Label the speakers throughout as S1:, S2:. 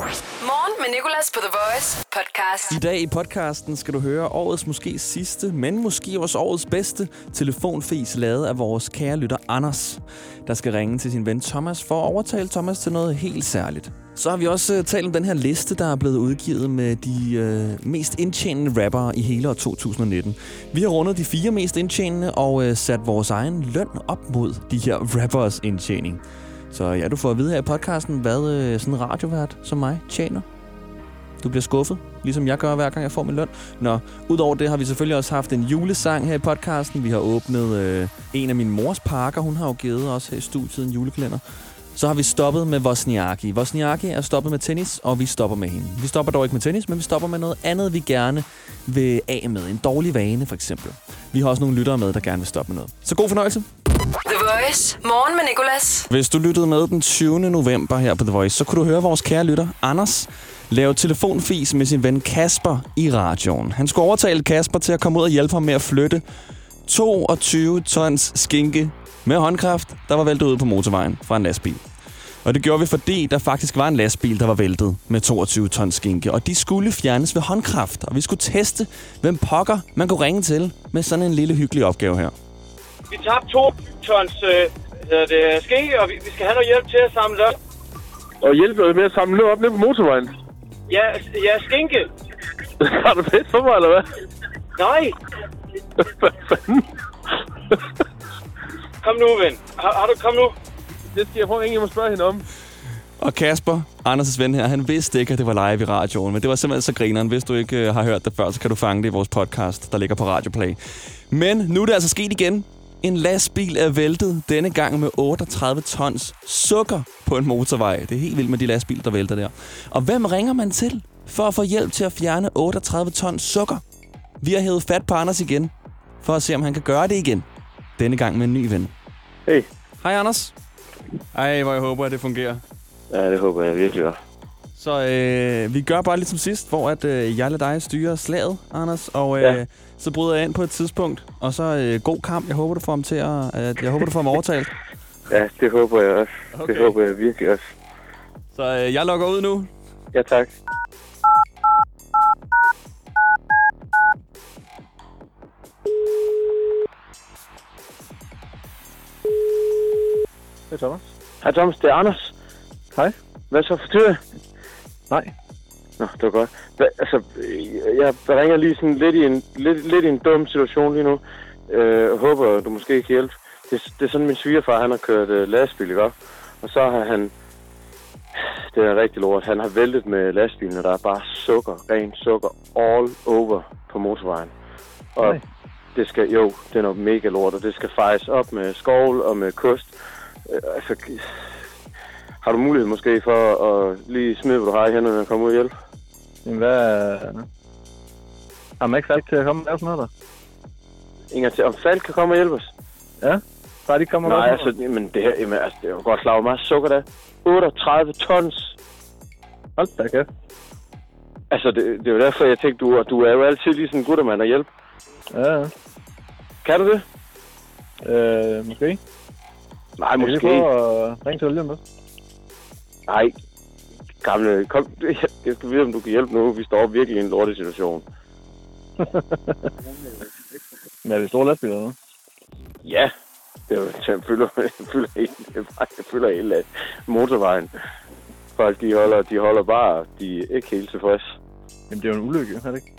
S1: Morgen med Nicolas på The Voice podcast.
S2: I dag i podcasten skal du høre årets måske sidste, men måske også årets bedste telefonfis lavet af vores kære lytter Anders, der skal ringe til sin ven Thomas for at overtale Thomas til noget helt særligt. Så har vi også øh, talt om den her liste, der er blevet udgivet med de øh, mest indtjenende rappere i hele år 2019. Vi har rundet de fire mest indtjenende og øh, sat vores egen løn op mod de her rappers indtjening. Så ja, du får at vide her i podcasten, hvad øh, sådan en radiovært som mig tjener. Du bliver skuffet, ligesom jeg gør hver gang jeg får min løn. Nå, udover det har vi selvfølgelig også haft en julesang her i podcasten. Vi har åbnet øh, en af min mors pakker, hun har jo givet os her i studiet en julekalender. Så har vi stoppet med Vosniaki. Vosniaki er stoppet med tennis, og vi stopper med hende. Vi stopper dog ikke med tennis, men vi stopper med noget andet, vi gerne vil af med. En dårlig vane, for eksempel. Vi har også nogle lyttere med, der gerne vil stoppe med noget. Så god fornøjelse.
S1: The Voice. Morgen med Nicolas.
S2: Hvis du lyttede med den 20. november her på The Voice, så kunne du høre vores kære lytter, Anders, lave telefonfis med sin ven Kasper i radioen. Han skulle overtale Kasper til at komme ud og hjælpe ham med at flytte 22 tons skinke med håndkraft, der var væltet ud på motorvejen fra en lastbil. Og det gjorde vi, fordi der faktisk var en lastbil, der var væltet med 22 tons skinke, og de skulle fjernes ved håndkraft, og vi skulle teste, hvem pokker man kunne ringe til med sådan en lille hyggelig opgave her.
S3: Vi tabte to tons øh, hvad hedder det, skinke, og vi, vi skal have noget hjælp til at samle op.
S4: og hjælpe med at samle noget op nede på motorvejen.
S3: Ja, s- ja skinke.
S4: Har du fedt for mig, eller hvad?
S3: Nej,
S4: Hvad fanden?
S3: kom nu, ven. Har, har du kom nu?
S4: Det skal jeg prøve at ringe hjem og spørge hende om.
S2: Og Kasper, Anders' ven her, han vidste ikke, at det var live i radioen, men det var simpelthen så grineren. Hvis du ikke øh, har hørt det før, så kan du fange det i vores podcast, der ligger på Radioplay. Men nu er det altså sket igen. En lastbil er væltet, denne gang med 38 tons sukker på en motorvej. Det er helt vildt med de lastbiler, der vælter der. Og hvem ringer man til for at få hjælp til at fjerne 38 tons sukker? Vi har hævet fat på Anders igen, for at se, om han kan gøre det igen. Denne gang med en ny ven.
S4: Hey.
S2: Hej Anders. Ej, hvor jeg håber, at det fungerer.
S4: Ja, det håber jeg virkelig var.
S2: Så øh, vi gør bare lidt som sidst, hvor at, øh, jeg lader dig styre slaget, Anders, og øh, ja.
S4: Ja.
S2: så bryder jeg ind på et tidspunkt, og så øh, god kamp. Jeg håber, du får ham til at, at jeg håber, du får ham overtalt.
S4: Ja, det håber jeg også. Okay. Det håber jeg virkelig også.
S2: Så øh, jeg logger ud nu.
S4: Ja, tak. Det er Thomas.
S3: Hej Thomas, det er Anders.
S4: Hej.
S3: Hvad så forstyrrer?
S4: Nej.
S3: Nå, det var godt. Hva, altså, øh, jeg ringer lige sådan lidt i en, lidt, lidt i en dum situation lige nu. Øh, og håber, du måske kan hjælpe. Det, det er sådan, min svigerfar, han har kørt øh, lastbil, ikke op? Og så har han... Det er rigtig lort. Han har væltet med lastbilen, og der er bare sukker, ren sukker, all over på motorvejen. Og
S4: Nej.
S3: det skal, jo, det er noget mega lort, og det skal fejes op med skovl og med kost. Øh, altså, har du mulighed måske for at lige smide, hvad du har i hænderne og komme ud og hjælpe?
S4: Jamen, hvad... Har man ikke folk til at komme og lave sådan noget der?
S3: Inger, til, om Falk kan komme og hjælpe os?
S4: Bare de kommer
S3: Nej, altså, jamen, det her, jamen, altså, det er jo godt klar, hvor meget sukker der er. 38 tons.
S4: Hold da kæft.
S3: Altså, det, det er jo derfor, jeg tænkte, du, og du er jo altid lige sådan en guttermand at hjælpe.
S4: Ja, ja.
S3: Kan du det?
S4: Øh, måske.
S3: Nej,
S4: Måske. Jeg
S3: måske.
S4: kan prøve at ringe til William med.
S3: Nej. Gamle, kom. Jeg skal vide, om du kan hjælpe nu. Vi står virkelig i en lortesituation. situation.
S4: Men er det store lastbiler eller noget?
S3: Ja, det er jo, jeg fylder, jeg fylder, hele, jeg fylder hele motorvejen. Folk, de holder, de holder bare, de er ikke helt tilfredse.
S4: Jamen, det er jo en ulykke, er det ikke?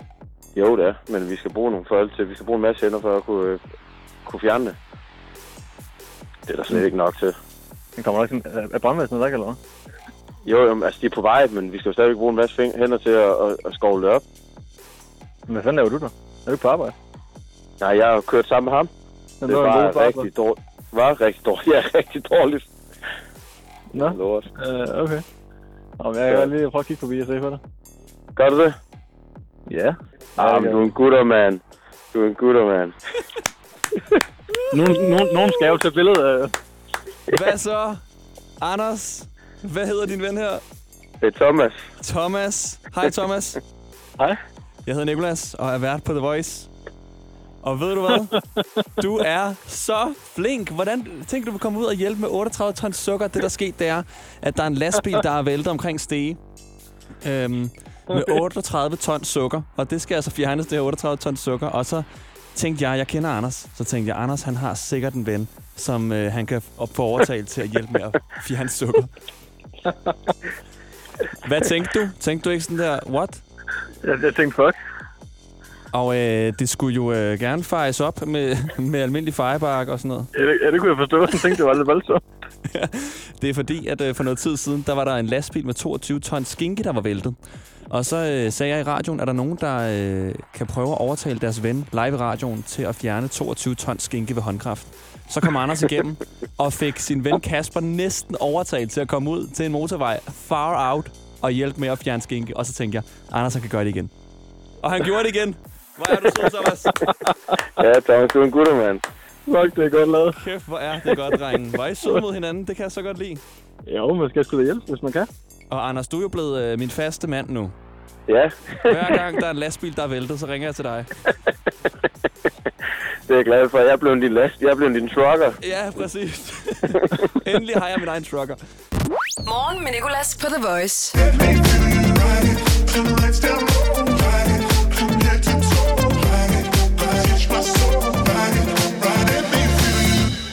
S3: Jo, det er, men vi skal bruge nogle folk til, vi skal bruge en masse hænder for at kunne, øh, kunne fjerne det. Det er der slet ikke nok til.
S4: Den kommer nok sådan... Er- Er brandvæsenet der ikke, eller hvad?
S3: Jo, jo, men altså de er på vej, men vi skal jo stadigvæk bruge en masse fing- hænder til at, at, at skovle det op.
S4: Men hvad fanden laver du der? Er du ikke på arbejde?
S3: Nej, jeg har jo kørt sammen med ham.
S4: Men
S3: Det
S4: var en god
S3: var
S4: far,
S3: rigtig dårligt. Var rigtig dårligt. Ja, rigtig dårligt.
S4: så. Nå,
S3: Lort.
S4: øh, okay. Nå, men jeg kan
S3: Ja.
S4: godt lige prøve at kigge forbi og se på dig.
S3: Gør du det?
S4: Ja.
S3: Ja, men du er en gutter, mand. Du er en gutter, mand.
S4: Nogen, nogen, nogen skal jo tage billedet af...
S2: Hvad så, Anders? Hvad hedder din ven her?
S3: Det er Thomas.
S2: Thomas. Hej Thomas.
S4: Hej.
S2: Jeg hedder Nikolas og er vært på The Voice. Og ved du hvad? Du er så flink. Hvordan tænker du, at komme ud og hjælpe med 38 tons sukker? Det, der skete, det er, at der er en lastbil, der er væltet omkring Stege. øhm, med 38 ton sukker. Og det skal altså fjernes, det her 38 ton sukker. Og så tænkte jeg, jeg kender Anders. Så tænkte jeg, Anders han har sikkert en ven, som øh, han kan op få overtalt til at hjælpe med at fjerne sukker. Hvad tænkte du? Tænkte du ikke sådan der, what?
S4: Jeg, jeg tænkte, fuck.
S2: Og øh, det skulle jo øh, gerne fejes op med, med almindelig fejebark og sådan noget.
S4: Ja, det, ja, det kunne jeg forstå. Jeg tænkte, det var lidt voldsomt.
S2: Det er fordi, at øh, for noget tid siden, der var der en lastbil med 22 ton skinke, der var væltet. Og så øh, sagde jeg i radioen, er der nogen, der øh, kan prøve at overtale deres ven live i radioen til at fjerne 22 ton skinke ved håndkraft. Så kom Anders igennem og fik sin ven Kasper næsten overtalt til at komme ud til en motorvej far out og hjælpe med at fjerne skinke. Og så tænkte jeg, Anders han kan gøre det igen. Og han gjorde det igen. Hvor er du sød, Thomas?
S3: Ja, Thomas, du er en gutter, mand.
S4: Fuck, det er godt lavet.
S2: Kæft, hvor er det godt, drenge. Hvor er I søde mod hinanden. Det kan jeg så godt lide.
S4: Jo, man skal sgu da hjælpe, hvis man kan.
S2: Og Anders, du er jo blevet øh, min faste mand nu.
S3: Ja,
S2: Hver gang der er en lastbil, der er væltet, så ringer jeg til dig.
S3: det er jeg glad for. Jeg er blevet din last. Jeg er blevet din trucker.
S2: Ja, præcis. Endelig har jeg min egen trucker.
S1: Morgen med Nicolas på The Voice.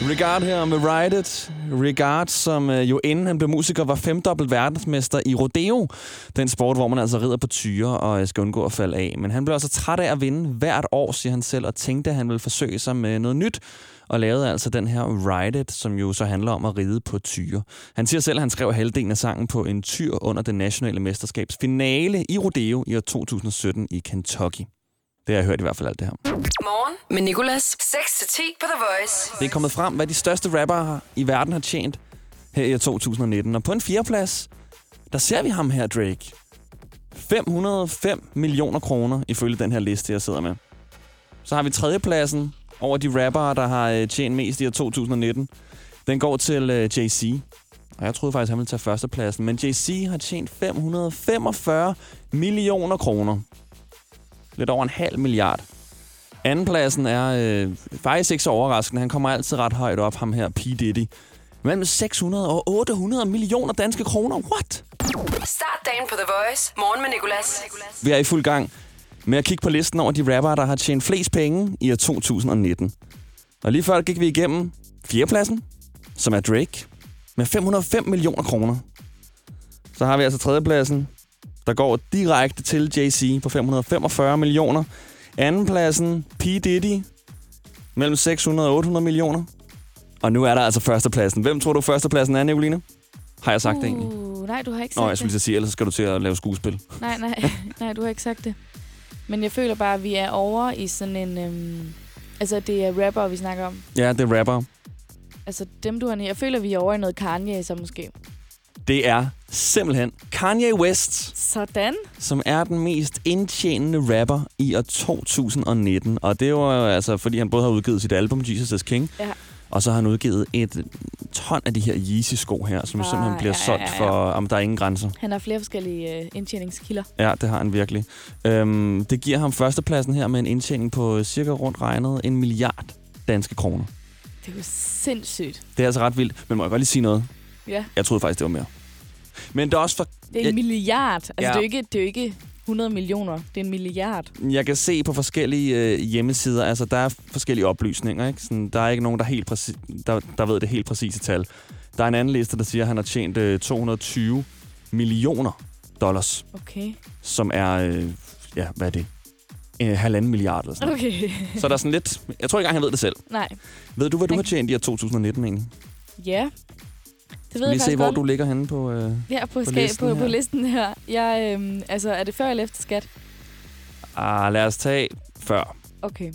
S2: Regard her med Ride It. Regard, som øh, jo inden han blev musiker, var femdobbelt verdensmester i rodeo. Den sport, hvor man altså rider på tyre og øh, skal undgå at falde af. Men han blev altså træt af at vinde hvert år, siger han selv, og tænkte, at han ville forsøge sig med noget nyt. Og lavede altså den her Ride It, som jo så handler om at ride på tyre. Han siger selv, at han skrev halvdelen af sangen på en tyr under det nationale mesterskabs finale i rodeo i år 2017 i Kentucky. Det har jeg hørt i hvert fald alt det her.
S1: Morgen med Nicolas. 6 til 10 på The Voice.
S2: Det er kommet frem, hvad de største rappere i verden har tjent her i år 2019. Og på en fjerdeplads, der ser vi ham her, Drake. 505 millioner kroner, ifølge den her liste, jeg sidder med. Så har vi tredjepladsen over de rappere, der har øh, tjent mest i år 2019. Den går til øh, Jay-Z. Og jeg troede faktisk, han ville tage førstepladsen. Men Jay-Z har tjent 545 millioner kroner. Lidt over en halv milliard. Andenpladsen er øh, faktisk ikke så overraskende. Han kommer altid ret højt op, ham her P. Diddy. Mellem 600 og 800 millioner danske kroner. What?
S1: Start dagen på The Voice. Morgen med Nicolas.
S2: Vi er i fuld gang med at kigge på listen over de rappere, der har tjent flest penge i år 2019. Og lige før gik vi igennem fjerdepladsen, som er Drake, med 505 millioner kroner. Så har vi altså tredjepladsen, der går direkte til Jay-Z på 545 millioner. Andenpladsen, P. Diddy, mellem 600 og 800 millioner. Og nu er der altså førstepladsen. Hvem tror du førstepladsen er, Nicoline? Har jeg sagt det egentlig?
S5: Uh, nej, du har ikke sagt
S2: Nå, jeg skulle lige
S5: det.
S2: til at sige, ellers skal du til at lave skuespil.
S5: Nej, nej, nej, du har ikke sagt det. Men jeg føler bare, at vi er over i sådan en... Øhm, altså, det er rapper, vi snakker om.
S2: Ja, det er rapper.
S5: Altså, dem du har... nævnt- Jeg føler, vi er over i noget Kanye, så måske.
S2: Det er simpelthen Kanye West,
S5: Sådan.
S2: som er den mest indtjenende rapper i år 2019. Og det var jo altså, fordi han både har udgivet sit album Jesus is King,
S5: Ja.
S2: og så har han udgivet et ton af de her Yeezy-sko her, som ah,
S5: Ah,
S2: simpelthen bliver
S5: ja,
S2: solgt
S5: ja, ja.
S2: for, om der er ingen grænser.
S5: Han har flere forskellige øh, indtjeningskilder.
S2: Ja, det har han virkelig. Øhm, det giver ham førstepladsen her med en indtjening på cirka rundt regnet en milliard danske kroner.
S5: Det er jo sindssygt.
S2: Det er altså ret vildt, men må jeg godt lige sige noget?
S5: Ja,
S2: Jeg troede faktisk, det var mere. Men det er også for
S5: det er en
S2: Jeg-
S5: milliard. Altså,
S2: Ja.
S5: det, er jo ikke, det er jo ikke 100 millioner. Det er en milliard.
S2: jeg kan se på forskellige øh, hjemmesider, altså der er forskellige oplysninger, ikke? Sådan, der er ikke nogen, der, helt præci- der, der ved det helt præcise tal. Der er en anden liste, der siger, at han har tjent øh, 220 millioner dollars,
S5: Okay.
S2: som er, øh, ja, hvad er det? Øh, halvanden milliard eller sådan noget.
S5: Okay.
S2: Så der er sådan lidt, jeg tror ikke engang, han ved det selv.
S5: nej.
S2: Ved du, hvad du har
S5: Okay.
S2: tjent i år 2019 egentlig?
S5: Ja. Det ved
S2: Lige
S5: jeg
S2: se,
S5: faktisk
S2: hvor
S5: godt.
S2: du ligger henne på... Øh...
S5: Ja,
S2: på
S5: på, på,
S2: listen
S5: listen, på,
S2: her.
S5: på listen her. Jeg, øhm, altså, er det før eller efter skat?
S2: Ah, lad os tage før.
S5: Okay.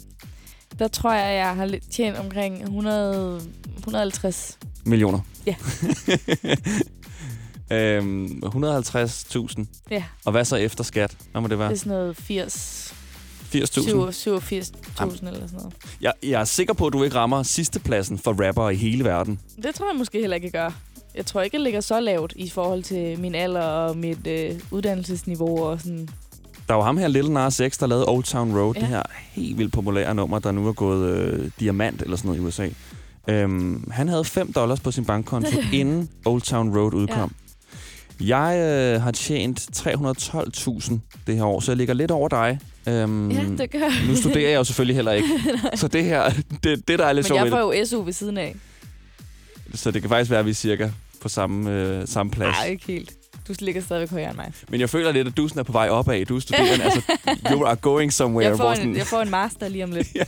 S5: Der tror jeg, jeg har lidt- tjent omkring 100, 150.
S2: Millioner.
S5: Ja.
S2: øhm, 150.000.
S5: Ja,
S2: Og hvad så efter skat? Hvad må det
S5: det
S2: være?
S5: er sådan noget 80.
S2: 80.000?
S5: 87.000 eller sådan noget.
S2: Jeg, jeg er sikker på, at du ikke rammer sidstepladsen for rapper i hele verden.
S5: Det tror jeg måske heller ikke, jeg gør. Jeg tror ikke, jeg ligger så lavt i forhold til min alder og mit øh, uddannelsesniveau og sådan.
S2: Der var ham her, Lil Nas X, der lavede Old Town Road, ja.
S5: Ja.
S2: det her helt vildt populære nummer, der nu er gået øh, diamant eller sådan noget i USA. Øhm, han havde 5 dollars på sin bankkonto, inden Old Town Road udkom. Jeg øh, har tjent 312.000 det her år, så jeg ligger lidt over dig. Øhm,
S5: Ja, det gør
S2: Nu studerer jeg jo selvfølgelig heller ikke. så det her, det, det der er lidt
S5: Men
S2: sjovt
S5: jeg
S2: ved det.
S5: får jo SU ved siden af.
S2: Så det kan faktisk være, at vi er cirka på samme, øh, samme plads.
S5: Nej, ikke helt. Du ligger stadigvæk højere end mig.
S2: Men jeg føler lidt, at du sådan er på vej opad. Du er studerende, altså you are going somewhere.
S5: Jeg får,
S2: hvor sådan-
S5: en, jeg får en master lige om lidt. ja.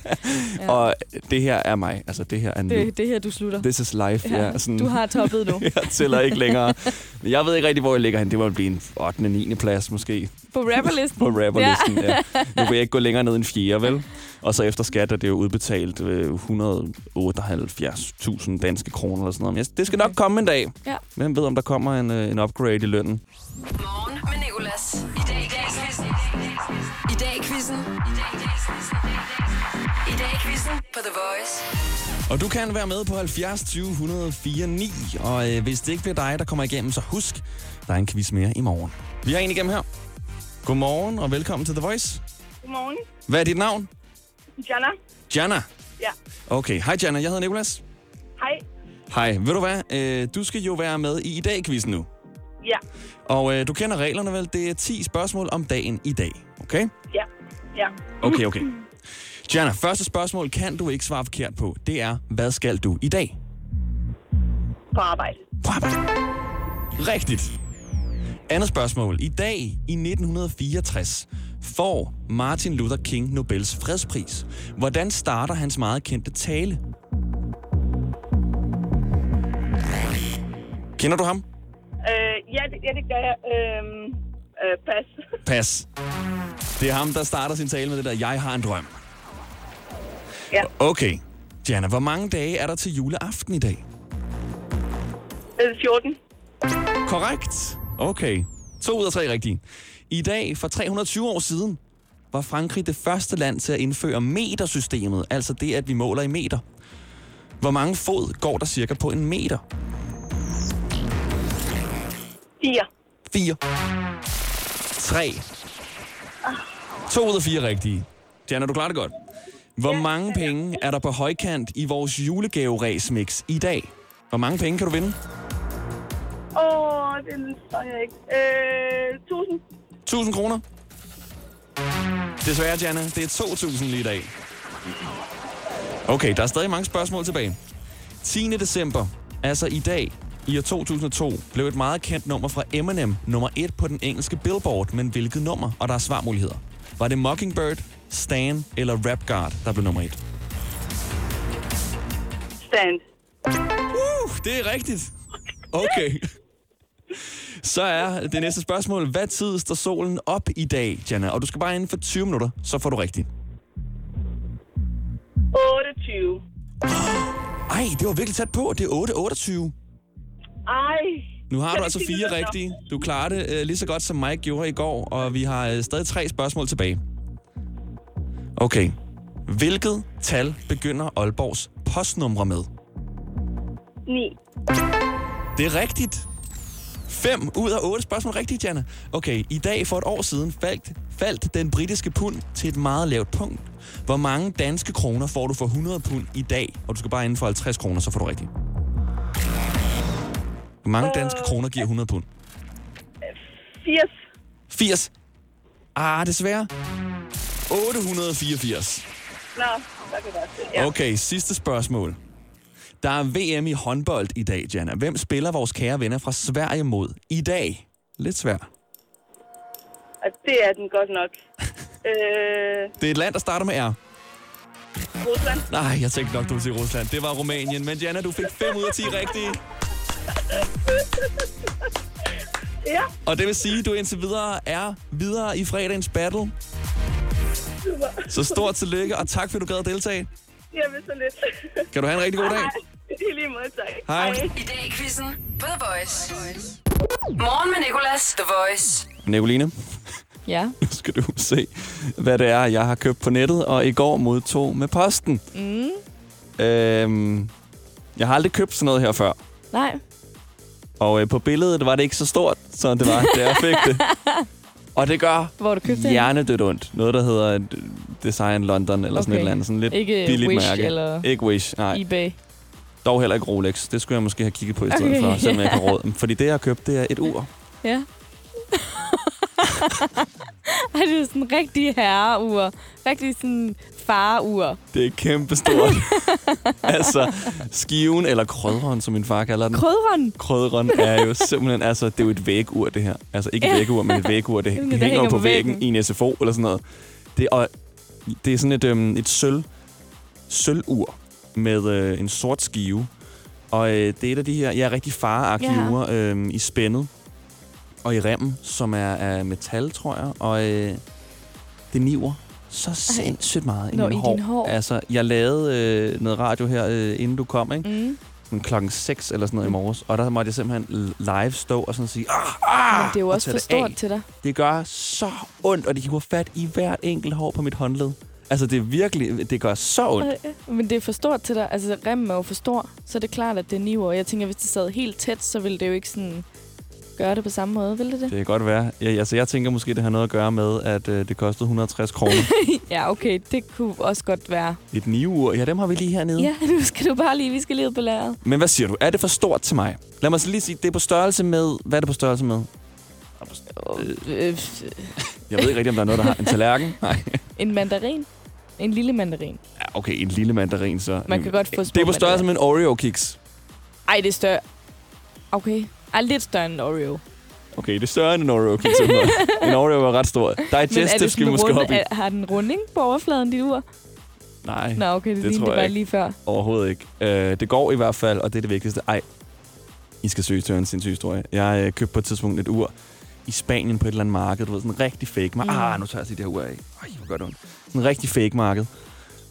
S2: Og det her er mig. Altså det her er nu.
S5: det, det her, du slutter.
S2: This is life. Ja,
S5: ja,
S2: sådan,
S5: Du har toppet nu.
S2: jeg tæller ikke længere. Men Jeg ved ikke rigtig, hvor jeg ligger hen. Det må blive en 8. 9. plads måske
S5: På rapperlisten.
S2: på rapperlisten. Ja. Ja. Nu vil jeg ikke gå længere ned end 4, vel? Og så efter skat er det jo udbetalt øh, 178.000 danske kroner eller sådan noget. Men jeg- det skal nok komme en dag.
S5: Ja.
S2: Hvem ved, om der kommer en, øh, en upgrade i lønnen.
S1: Morgen med Nicolas. I dag i dag quizzen. I dag i quizzen. I dag i quizzen på The Voice.
S2: Og du kan være med på 70 20 104 9. Og øh, hvis det ikke bliver dig, der kommer igennem, så husk, der er en quiz mere i morgen. Vi har en igennem her. Godmorgen og velkommen til The Voice.
S6: Godmorgen.
S2: Hvad er dit navn?
S6: Jana.
S2: Jana.
S6: Ja.
S2: Okay, hej Jana, jeg hedder Nicolas.
S6: Hej.
S2: Hej, ved du hvad? Øh, du skal jo være med i i dag quizzen nu.
S6: Ja.
S2: Og øh, du kender reglerne vel? Det er 10 spørgsmål om dagen i dag. Okay?
S6: Ja. Ja.
S2: Okay, okay. Jana, første spørgsmål kan du ikke svare forkert på. Det er, hvad skal du i dag?
S6: På arbejde.
S2: På arbejde. Rigtigt. Andet spørgsmål. I dag i 1964 får Martin Luther King Nobels fredspris. Hvordan starter hans meget kendte tale? Kender du ham?
S6: Øh, ja, det, ja, det gør jeg. Øhm, øh, pas.
S2: Pas. Det er ham, der starter sin tale med det der, jeg har en drøm.
S6: Ja.
S2: Okay. Jana, hvor mange dage er der til juleaften i dag?
S6: Øh, 14.
S2: Korrekt. Okay. To ud af tre rigtige. I dag, for 320 år siden, var Frankrig det første land til at indføre metersystemet, altså det, at vi måler i meter. Hvor mange fod går der cirka på en meter?
S6: 4.
S2: 4. 3. 2 ud af 4 rigtige. Diana, du klarer det godt. Hvor mange penge er der på højkant i vores julegaveræsmix i dag? Hvor mange penge kan du vinde?
S6: Åh, den står jeg ikke. Øh, 1000.
S2: 1000 kroner. Desværre, Jana, det er 2.000 lige i dag. Okay, der er stadig mange spørgsmål tilbage. 10. december, altså i dag, i år 2002, blev et meget kendt nummer fra Eminem nummer 1 på den engelske Billboard, men hvilket nummer? Og der er svarmuligheder. Var det Mockingbird, Stan eller Rap Guard, der blev nummer 1?
S6: Stand.
S2: Uh, det er rigtigt. Okay. Så er det næste spørgsmål. Hvad tid står solen op i dag, Jana? Og du skal bare inden for 20 minutter, så får du rigtigt.
S6: 28.
S2: Ej, det var virkelig tæt på. Det er 8.28.
S6: Ej.
S2: Nu har
S6: Jeg
S2: du
S6: vil
S2: altså
S6: sige, det
S2: fire
S6: lyder
S2: rigtige. Du klarer det øh, lige så godt, som Mike gjorde i går, og vi har øh, stadig tre spørgsmål tilbage. Okay. Hvilket tal begynder Aalborgs postnumre med?
S6: 9.
S2: Det er rigtigt. 5 ud af 8 spørgsmål rigtigt, Jana. Okay, i dag for et år siden faldt, faldt den britiske pund til et meget lavt punkt. Hvor mange danske kroner får du for 100 pund i dag? Og du skal bare inden for 50 kroner, så får du rigtigt. Hvor mange danske kroner giver 100 pund?
S6: 80.
S2: 80. Ah, desværre. 884.
S6: Nå, der kan være det. Ja.
S2: Okay, sidste spørgsmål. Der er VM i håndbold i dag, Jana. Hvem spiller vores kære venner fra Sverige mod i dag? Lidt svært.
S6: Og det er den godt nok. øh,
S2: Det er et land, der starter med R.
S6: Rusland.
S2: Nej, jeg tænkte nok, du ville sige Rusland. Det var Rumænien. Men Jana, du fik 5 ud af 10 rigtige.
S6: Ja,
S2: Og det vil sige, at du indtil videre er videre i fredagens battle. Så stort tillykke, og tak fordi du gad at deltage.
S6: jeg vil så lidt.
S2: Kan du have en rigtig god dag.
S6: I lige måde, tak.
S2: Hej.
S1: I dag i quizzen på The Voice. Morgen med Nicolas. The Voice.
S2: Nicoline,
S5: Ja.
S2: nu skal du se, hvad det er, jeg har købt på nettet, og i går modtog med posten. Mm. Øhm, jeg har aldrig købt sådan noget her før.
S5: Nej.
S2: Og øh, på billedet var det ikke så stort, som det var, da jeg fik det. Og det gør
S5: Hvor har du købt den?
S2: hjernedødt ondt. Noget, der hedder øh, Design London, eller sådan
S5: Okay.
S2: et eller andet. Sådan lidt
S5: Ikke
S2: billigt
S5: Wish
S2: mærke.
S5: eller-
S2: Ikke Wish, nej.
S5: eBay.
S2: Dog heller ikke Rolex. Det skulle jeg måske have kigget på i stedet
S5: Okay.
S2: for, selvom jeg ikke har råd. Fordi det, jeg har købt, det er et ur.
S5: Ja. Ej, det er sådan en rigtig herreur. Rigtig sådan fareur.
S2: Det er kæmpestort. altså, skiven, eller krødren, som min far kalder den.
S5: Krødren.
S2: Krødren er jo simpelthen, altså, det er jo et vægur, det her. Altså, ikke et
S5: Ja.
S2: vægur, men et vægur, det,
S5: Jamen,
S2: det
S5: det
S2: hænger,
S5: hænger
S2: jo på
S5: på
S2: væggen,
S5: væggen.
S2: i en SFO eller sådan noget. Det, og, det er sådan et, øhm, et sølv, sølvur med øh, en sort skive. Og øh, det er et af de her, ja, rigtig fareagtige
S5: Ja.
S2: yeah. ure øh, i spændet og i remmen, som er af metal, tror jeg. Og øh, det niver så sindssygt meget i
S5: Nå,
S2: mine
S5: i
S2: hår.
S5: dine hår.
S2: Altså, jeg lavede øh, noget radio her, øh, inden du kom, ikke?
S5: Mm.
S2: sådan klokken 6 eller sådan noget i morges, og der måtte jeg simpelthen live stå og sådan sige, ah,
S5: Men
S2: ah,
S5: det er jo
S2: og
S5: også
S2: tage
S5: for
S2: det af.
S5: stort til dig.
S2: Det gør så ondt, og de hiver fat i hvert enkelt hår på mit håndled. Altså, det er virkelig, det gør så ondt.
S5: øh, Men det er for stort til dig. Altså, remmen er jo for stor. Så er det klart, at det er niver. Jeg tænker, hvis det sad helt tæt, så ville det jo ikke sådan gøre det på samme måde, ville det det?
S2: Det kan godt være. Ja, altså, jeg tænker måske, det har noget at gøre med, at øh, det kostede 160 kroner.
S5: Ja, okay. Det kunne også godt være.
S2: Et niveauur. Ja, dem har vi lige hernede.
S5: Ja, nu skal du bare lige... Vi skal lige ud på lageret.
S2: Men hvad siger du? Er det for stort til mig? Lad mig så lige sige, det er på størrelse med... Hvad er det på størrelse med?
S5: Øh,
S2: Jeg ved ikke rigtig, om der er noget, der har en tallerken. Nej.
S5: en mandarin. En lille mandarin.
S2: Ja, okay, en lille mandarin så.
S5: Man kan godt få
S2: Det
S5: små
S2: er på størrelse med en Oreo-kiks.
S5: Ej, det er større. Okay. Ej, lidt større end en Oreo.
S2: Okay, det er større end en Oreo kiks. en Oreo er ret stor. Digestive skal vi måske op i.
S5: er, har den runding på overfladen, dit ur?
S2: Nej,
S5: Nå, okay, det,
S2: det
S5: det
S2: tror jeg
S5: lignede det bare
S2: ikke.
S5: lige før.
S2: overhovedet ikke. Øh, det går i hvert fald, og det er det vigtigste. Ej, I skal søge til en sindssyg historie. Jeg øh, købte på et tidspunkt et ur i Spanien på et eller andet marked. Du ved, sådan rigtig fake marked.
S5: Mm.
S2: Ah, nu tager jeg lige det her ur af. Ej, hvor gør det ondt. Sådan en rigtig fake marked.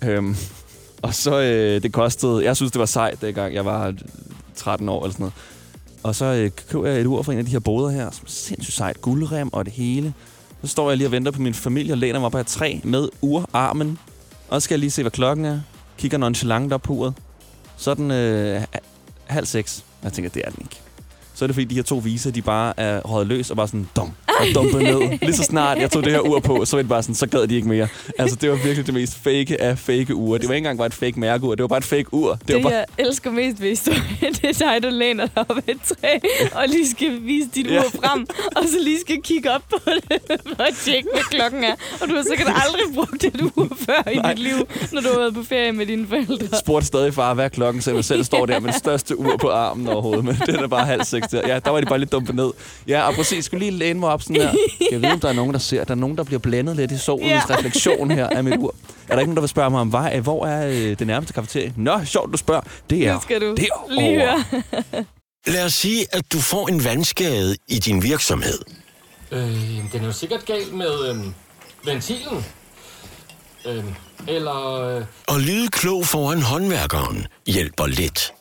S2: Øhm, og så øh, det kostede... Jeg synes, det var sejt, dengang jeg var 13 år eller sådan noget. Og så øh, køber jeg et ur fra en af de her boder her, som er sindssygt sejt. Guldrem og det hele. Så står jeg lige og venter på min familie og læner mig op ad et træ med urarmen. Og så skal jeg lige se, hvad klokken er. Kigger nonchalant op på uret. Så er den øh, ha- halv seks. Og jeg tænker, det er den ikke. Så er det fordi, de her to viser, de bare er røget løs og bare sådan dum og dumpet ned. Lige så snart jeg tog det her ur på, så var det bare sådan, så gad de ikke mere. Altså, det var virkelig det mest fake af fake ure. Det var ikke engang bare et fake mærkeur, det var bare et fake ur.
S5: Det, det
S2: var bare...
S5: jeg elsker mest ved historien, det er dig, der læner dig op ad et træ, og lige skal vise dit
S2: Ja.
S5: ur frem, og så lige skal kigge op på det, for at tjekke, hvad klokken er. Og du har sikkert aldrig brugt et ur før i
S2: Nej.
S5: dit liv, når du har været på ferie med dine forældre.
S2: spurgte stadig far, hvad er klokken, selvom jeg selv står der med den største ur på armen overhovedet. Men den er bare halv seks der. Ja, der var de bare lidt dumpet ned. Ja, og præcis, skulle lige læne mig op sådan her. Jeg ved, om der er nogen, der ser. Der er nogen, der bliver blændet lidt i solens
S5: Ja.
S2: refleksion her af mit ur. Er der ikke nogen, der vil spørge mig om vej? Hvor er øh, det nærmeste kafeterie? Nå, sjovt, du spørger. Det er
S5: Nu skal du
S2: det er
S5: lige
S2: over.
S5: høre.
S7: Lad os sige, at du får en vandskade i din virksomhed.
S8: Øh, jamen, den er jo sikkert galt med øhm, ventilen. Øhm, eller... Øh,
S7: Og lyde klog foran håndværkeren hjælper lidt.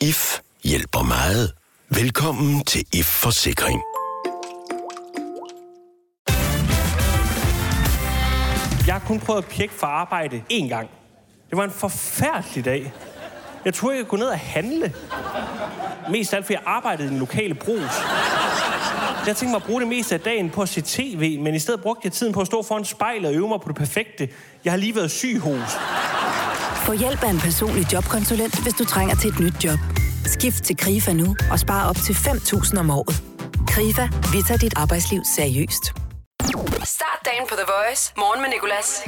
S7: IF hjælper meget. Velkommen til IF Forsikring.
S9: Jeg har kun prøvet at pjekke for arbejde én gang. Det var en forfærdelig dag. Jeg tror jeg kunne ned og handle. Mest af alt, fordi jeg arbejdede i den lokale brus. Jeg tænkte mig at bruge det meste af dagen på at se tv, men i stedet brugte jeg tiden på at stå foran spejlet og øve mig på det perfekte. Jeg har lige været syg i hos.
S10: Få hjælp af en personlig jobkonsulent, hvis du trænger til et nyt job. Skift til KRIFA nu og spare op til 5.000 om året. KRIFA, vi tager dit arbejdsliv seriøst.
S1: Start dagen på The Voice. Morgen med Nicolas.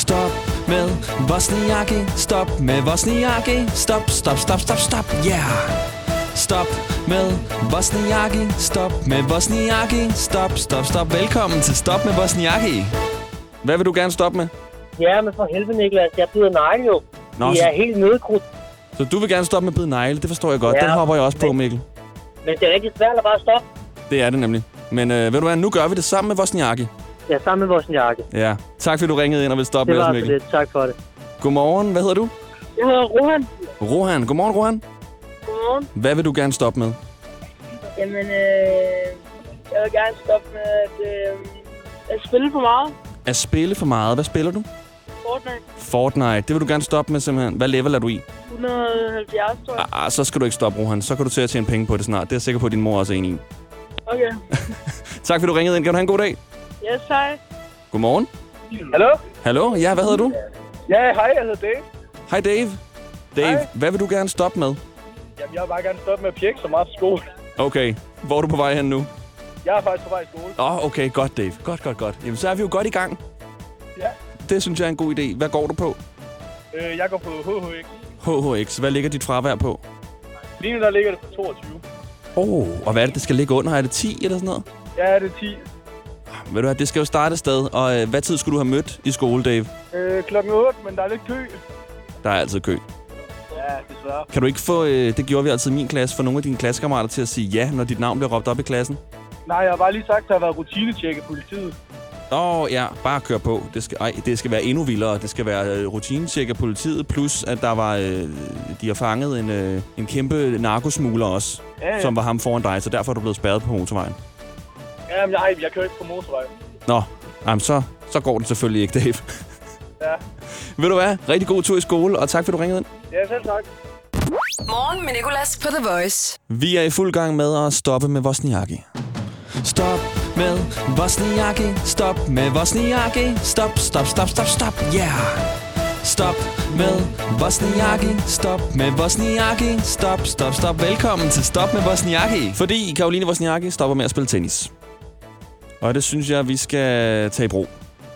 S2: Stop med Vosniakke, stop med Vosniakke, stop, stop, stop, stop, stop, yeah! Stop med Vosniakke, stop med Vosniakke, stop, stop, stop, velkommen til Stop med Vosniakke. Hvad vil du gerne stoppe med?
S11: Ja, men for helvede, Niklas. Jeg bider negle jo.
S2: Nå,
S11: De
S2: så,
S11: er helt nedkrudt.
S2: så du vil gerne stoppe med at bide negle, det forstår jeg godt,
S11: Ja,
S2: den hopper jeg også på, Mikkel.
S11: Men det er rigtig svært at bare stoppe.
S2: Det er det nemlig. Men øh, ved du hvad, nu gør vi det sammen med Vosniakke.
S11: Jeg er sammen med vores jakke.
S2: Ja, tak fordi du ringede ind og ville stoppe
S11: Det
S2: med
S11: var
S2: os,
S11: for
S2: Mikkel.
S11: lidt. Tak for det.
S2: Godmorgen, hvad hedder du?
S11: Jeg hedder Rohan.
S2: Rohan. Godmorgen, Rohan.
S11: Godmorgen.
S2: Hvad vil du gerne stoppe med?
S6: Jamen, øh, jeg vil gerne stoppe med at, øh, at spille for meget.
S2: At spille for meget, hvad spiller du?
S6: Fortnite
S2: Fortnite, det vil du gerne stoppe med simpelthen. Hvad level er du i?
S6: 170, tror jeg.
S2: Ah, så skal du ikke stoppe, Rohan. Så kan du til at tjene penge på det snart. Det er jeg sikker på, at din mor også er enig i.
S6: Okay.
S2: Tak fordi du ringede ind. Kan du have en god dag?
S6: Yes, hej.
S2: Godmorgen.
S4: Hallo?
S2: Hallo? Ja, hvad hedder du?
S4: Ja, hej, jeg hedder Dave.
S2: Hej Dave. Dave, Hej. hvad vil du gerne stoppe med?
S4: Jamen, jeg vil bare gerne stoppe med at pjekke så meget på skole.
S2: Okay, hvor er du på vej hen nu?
S12: Jeg er faktisk på vej i skole.
S2: Åh, oh, okay, godt, Dave. Godt, godt, godt. Jamen, så er vi jo godt i gang.
S12: Ja.
S2: Det synes jeg er en god idé. Hvad går du på?
S12: Øh, jeg går på HHX.
S2: HHX. Hvad ligger dit fravær på?
S12: Lige nu der ligger det på 22.
S2: Åh, oh, og hvad er det, det skal ligge under? Er det 10 eller sådan noget?
S12: Ja, det er 10.
S2: Ved du hvad, det skal jo starte et sted. Og øh, hvad tid skulle du have mødt i skole, Dave?
S12: Øh, klokken 8, men der er lidt kø.
S2: Der er altid kø.
S12: Ja, desværre.
S2: Kan du ikke få, øh, det gjorde vi altid i min klasse, for nogle af dine klassekammerater til at sige ja, når dit navn bliver råbt op i klassen?
S12: Nej, jeg har bare lige sagt, at der har været rutinetjek af politiet.
S2: Åh oh, ja, bare kør på. Det skal, ej, det skal være endnu vildere. Det skal være øh, rutinetjek af politiet, plus at der var, øh, de har fanget en, øh, en kæmpe narkosmugler også,
S12: Ja, ja.
S2: som var ham foran dig, så derfor er du blevet spærret på motorvejen.
S12: Jamen, nej, jeg kører ikke på motorvejen.
S2: Nå, jamen så, så går den selvfølgelig ikke, Dave.
S12: Ja.
S2: Ved du hvad? Rigtig god tur i skole, og tak for, at du ringede ind.
S12: Ja, selv tak.
S1: Morgen med Nicolas på The Voice.
S2: Vi er i fuld gang med at stoppe med Vosniaki. Stop med Vosniaki, stop med Vosniaki, stop, stop, stop, stop, stop, yeah! Stop med Vosniaki, stop med Vosniaki, stop, stop, stop, velkommen til Stop med Vosniaki. Fordi Karoline Vosniaki stopper med at spille tennis. Og det synes jeg, vi skal tage i brug.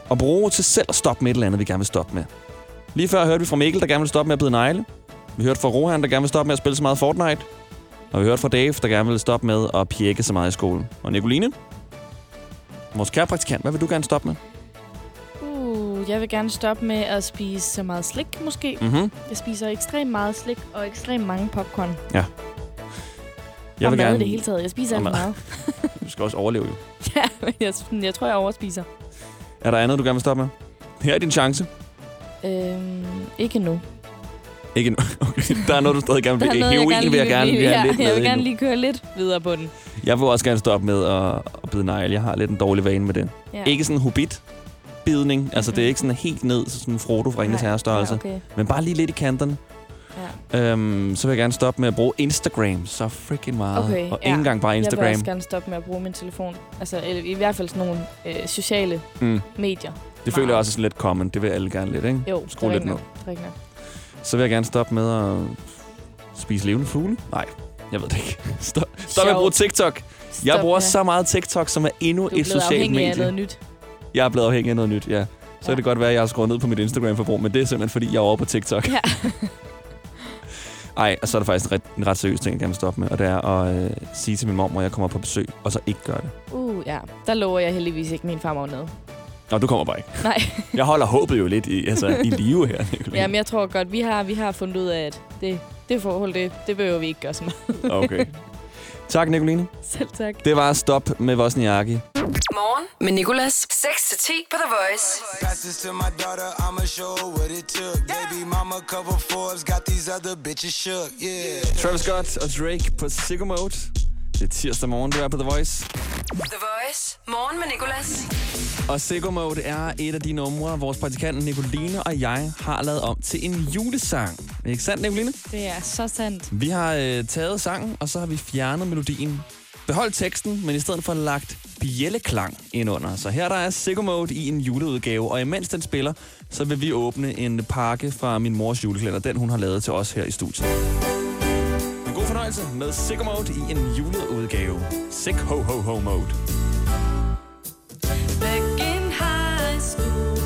S2: Og bruge til selv at stoppe med et eller andet, vi gerne vil stoppe med. Lige før hørte vi fra Mikkel, der gerne vil stoppe med at bide negle. Vi hørte fra Rohan, der gerne vil stoppe med at spille så meget Fortnite. Og vi hørte fra Dave, der gerne vil stoppe med at pjekke så meget i skolen. Og Nicoline, vores kære praktikant, hvad vil du gerne stoppe med?
S5: Uh, jeg vil gerne stoppe med at spise så meget slik, måske.
S2: Mhm.
S5: Jeg spiser ekstremt meget slik og ekstremt mange popcorn.
S2: Ja.
S5: Jeg og mad i det hele taget. Jeg spiser
S2: Og
S5: alt for
S2: mad.
S5: meget.
S2: Du skal også overleve jo.
S5: ja, men jeg, jeg tror, jeg overspiser.
S2: Er der andet, du gerne vil stoppe med? Her er din chance.
S5: Øhm, ikke nu.
S2: Ikke nu. Okay, der er noget, du stadig gerne vil.
S5: Der er noget,
S2: Heroin vil jeg gerne vil have
S5: ja,
S2: lidt
S5: jeg
S2: med
S5: vil
S2: endnu.
S5: gerne lige køre lidt videre på den.
S2: Jeg vil også gerne stoppe med at, at bide negle. Jeg har lidt en dårlig vane med det.
S5: Ja.
S2: Ja. Ikke sådan hobbit-bidning. Altså, det er ikke sådan helt ned til altså. sådan en Frodo fra Ringens
S5: Nej,
S2: Herrestørrelse.
S5: ja, okay.
S2: Men bare lige lidt i kanterne. Ja. Øhm, så vil jeg gerne stoppe med at bruge Instagram så freaking meget.
S5: Okay,
S2: og
S5: ja.
S2: ikke engang bare Instagram.
S5: Jeg vil også gerne stoppe med at bruge min telefon. Altså, eller i hvert fald sådan nogle øh, sociale
S2: Mm.
S5: medier.
S2: Det føler jeg også er sådan lidt common. Det vil alle gerne lidt, ikke?
S5: Jo, det er
S2: Skru lidt
S5: rigtigt
S2: ned.
S5: nok. Det er rigtigt nok.
S2: Så vil jeg gerne stoppe med at spise levende fugle. Nej, jeg ved det ikke. Stop, stop
S5: Sjovt.
S2: med at bruge TikTok. Jeg
S5: Stop
S2: bruger
S5: med-
S2: så meget TikTok, som er endnu
S5: Du er
S2: et
S5: blevet
S2: socialt
S5: afhængig
S2: medie.
S5: af noget nyt.
S2: Jeg er blevet afhængig af noget nyt, ja. Så ja. kan det godt være, at jeg har skruet ned på mit Instagram-forbrug, men det er simpelthen, fordi jeg er over på TikTok.
S5: Ja.
S2: Ej, og så er der faktisk en ret, en ret seriøs ting, jeg gerne vil stoppe med, og det er at øh, sige til min mor, at jeg kommer på besøg, og så ikke gøre det.
S5: Uh, ja. Der lover jeg heldigvis ikke min farmor noget.
S2: Mm. Nå, du kommer bare ikke.
S5: Nej.
S2: Jeg holder håbet jo lidt i, altså, i live her, Nicoline.
S5: Jamen, jeg tror godt, vi har, vi har fundet ud af, at det, det forhold, det, det behøver vi ikke gøre så meget.
S2: Okay. Tak, Nicoline.
S5: Selv tak.
S2: Det var Stop med Vosniaki.
S1: Morgen med Nicolas. 6 til 10 på The Voice.
S13: Pass this to my daughter, I'ma show her what it took. Baby mama cover Forbes, got these other bitches shook, yeah.
S2: Travis Scott og Drake på Sicko Mode. Det er tirsdag morgen, du er på The Voice.
S1: The Voice. Morgen med Nicolas.
S2: Og Sicko Mode er et af de numre, vores praktikant Nicoline og jeg har lavet om til en julesang. Ikke sandt, Nicoline?
S5: Det er så sandt.
S2: Vi har øh, taget sangen, og så har vi fjernet melodien. Beholdt teksten, men i stedet for lagt bjælleklang ind under. Så her der er Sicko Mode i en juleudgave, og imens den spiller, så vil vi åbne en pakke fra min mors julekalender, den hun har lavet til os her i studiet. En god fornøjelse med Sicko Mode i en juleudgave. Sick ho ho ho mode.
S14: Back in high school,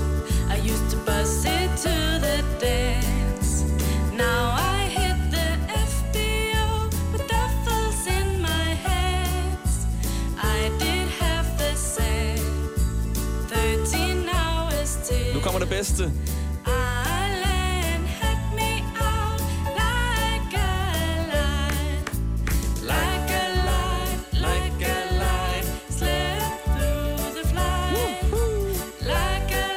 S14: I used to bust it to the dance. Now I hit the FBO with duffels in my hands. I did have the same 13 hours till
S2: Nu kommer det bedste.
S14: Island had me out like a light, like a light, like a light, slipped through the flight, like a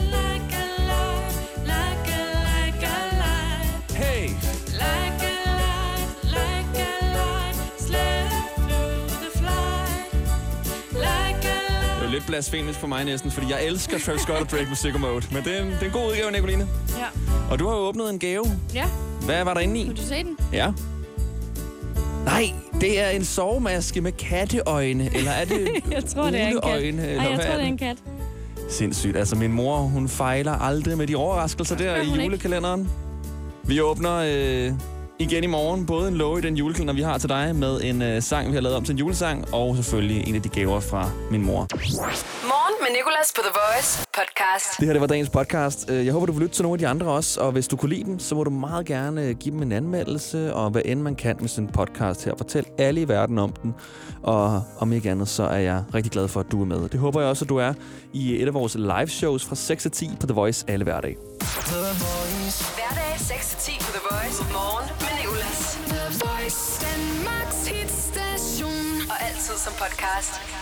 S14: light, like a light, like a like a light,
S2: hey,
S14: like a light, like a light, slipped through the flight, like a light.
S2: Det er jo lidt blasfemisk for mig næsten, fordi jeg elsker Travis Scott og Drake med Sicko Mode. Men det er, en, det er en god udgave, Nicoline.
S14: Ja.
S2: Og du har jo åbnet en gave.
S14: Ja.
S2: Hvad var der inde i?
S14: Kunne du se den?
S2: Ja. Nej, det er en sovemaske med katteøjne, eller er det
S14: jeg tror, det er en kat.
S2: Uleøjne, eller
S14: Ej, jeg
S2: hvad
S14: tror,
S2: er
S14: det er
S2: det?
S14: en kat.
S2: sindssygt? Altså, min mor, hun fejler aldrig med de overraskelser der
S14: gør
S2: i
S14: hun ikke.
S2: julekalenderen. Vi åbner øh, igen i morgen. Både en lov i den julekalender, vi har til dig, med en øh, sang, vi har lavet om til en julesang, og selvfølgelig en af de gaver fra min mor.
S1: Morgen med Nicolas på The Voice podcast.
S2: Det her det var dagens podcast. Øh, Jeg håber, du vil lytte til nogle af de andre også, og hvis du kunne lide dem, så må du meget gerne øh, give dem en anmeldelse, og hvad end man kan med sådan en podcast her. Fortæl alle i verden om den, og om ikke andet, så er jeg rigtig glad for, at du er med. Det håber jeg også, at du er i et af vores live shows fra 6 til 10 på The Voice alle hverdage.
S1: The Voice. Hverdag 6-10 på The Voice. Morgen med Nicolas. The Voice. Danmarks hitstation. Og altid som podcast.